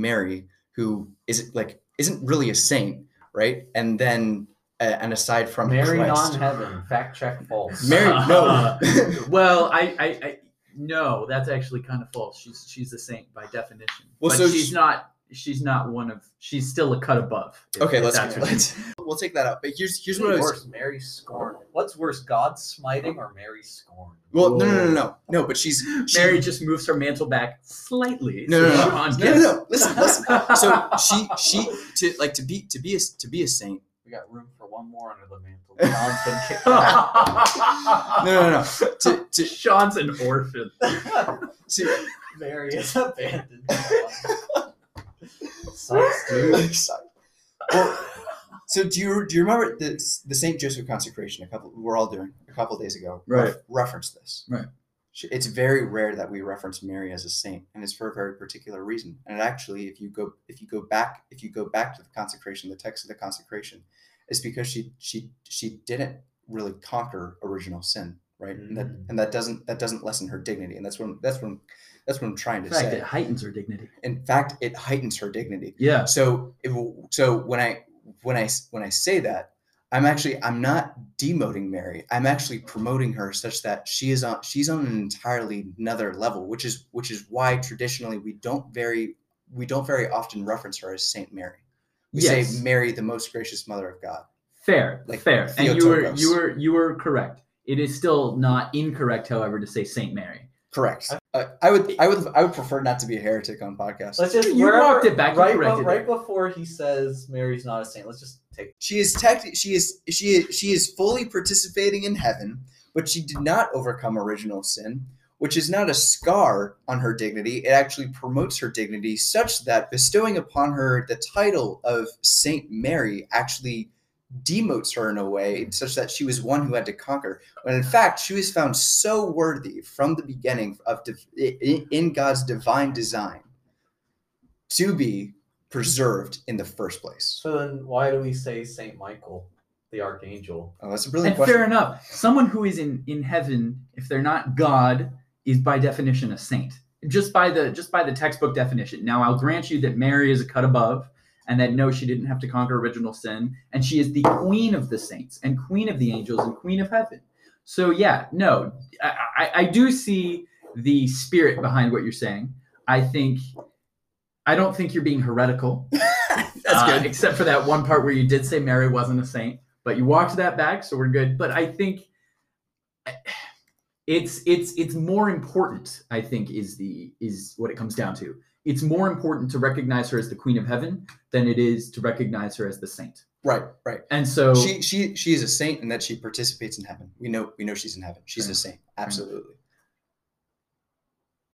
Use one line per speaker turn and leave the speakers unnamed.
Mary, who is like isn't really a saint, right? And then uh, and aside from
Mary
Christ,
on heaven. Fact check false.
Mary, no,
well, I, I, I, no, that's actually kind of false. She's she's a saint by definition.
Well,
but
so
she's
she-
not. She's not one of. She's still a cut above. if-
okay,
if
let's,
that's what-
let's we'll take that out. But here's here's
What's
what I was.
worse, Mary scorned. What's worse, God smiting or Mary scorned?
Well, no, no, no, no, no, no. But she's she-
Mary just moves her mantle back slightly.
No, no, no,
Sean
no, no,
gets-
no. Listen, listen. So she she to like to be to be a to be a saint.
We got room for one more under the mantle. John's been kicked out.
No, no, no. no. to to
Sean's an orphan.
see,
Mary is abandoned. Sucks, dude.
Well, so do you do you remember the the Saint Joseph consecration? A couple we're all doing a couple days ago.
Right.
ref- referenced this.
Right.
She- It's very rare that we reference Mary as a saint, and it's for a very particular reason. And it actually, if you go if you go back if you go back to the consecration, the text of the consecration, it's because she she she didn't really conquer original sin, right? And that
Mm.
and that doesn't that doesn't lessen her dignity, and that's what I'm- that's what I'm, that's what I'm trying to
In fact,
say.
it heightens her dignity.
In fact, it heightens her dignity
Yeah.
so if, so when i when i s- when i say that i'm actually i'm not demoting mary i'm actually promoting her such that she is on she's on an entirely another level which is which is why traditionally we don't very we don't very often reference her as saint mary we
Yes.
say mary the most gracious mother of god
Fair,
Like
fair. And you were
Theotokos.
you were you were correct. It is still not incorrect, however, to say Saint Mary.
correct i, I would i would i would prefer not to be a heretic on podcast
Let's just
You
wherever-
walked it back, you
right,
corrected
right
it.
before he says Mary's not a saint. Let's just take
she is tech she is she is she is fully participating in heaven but she did not overcome original sin which is not a scar on her dignity it actually promotes her dignity such that bestowing upon her the title of saint mary actually demotes her in a way such that she was one who had to conquer when in fact she was found so worthy from the beginning of div- i- i- in god's divine design to be preserved in the first place
So then, why do we say Saint Michael, the archangel?
oh that's a brilliant
And
question
fair enough. Someone who is in in heaven, if they're not God, is by definition a saint. Just by the just by the textbook definition. Now, I'll grant you that Mary is a cut above, and that no, she didn't have to conquer original sin, and she is the queen of the saints, and queen of the angels, and queen of heaven. So yeah, no, I, I, I do see the spirit behind what you're saying. I think I don't think you're being heretical.
That's
Uh,
good.
Except for that one part where you did say Mary wasn't a saint, but you walked that back, so we're good. But I think it's it's it's more important. I think is the is what it comes down to. It's more important to recognize her as the Queen of Heaven than it is to recognize her as the saint.
Right, right.
And so
She she she is a saint in that she participates in heaven. We know we know she's in heaven. She's
Fair
a saint. Absolutely.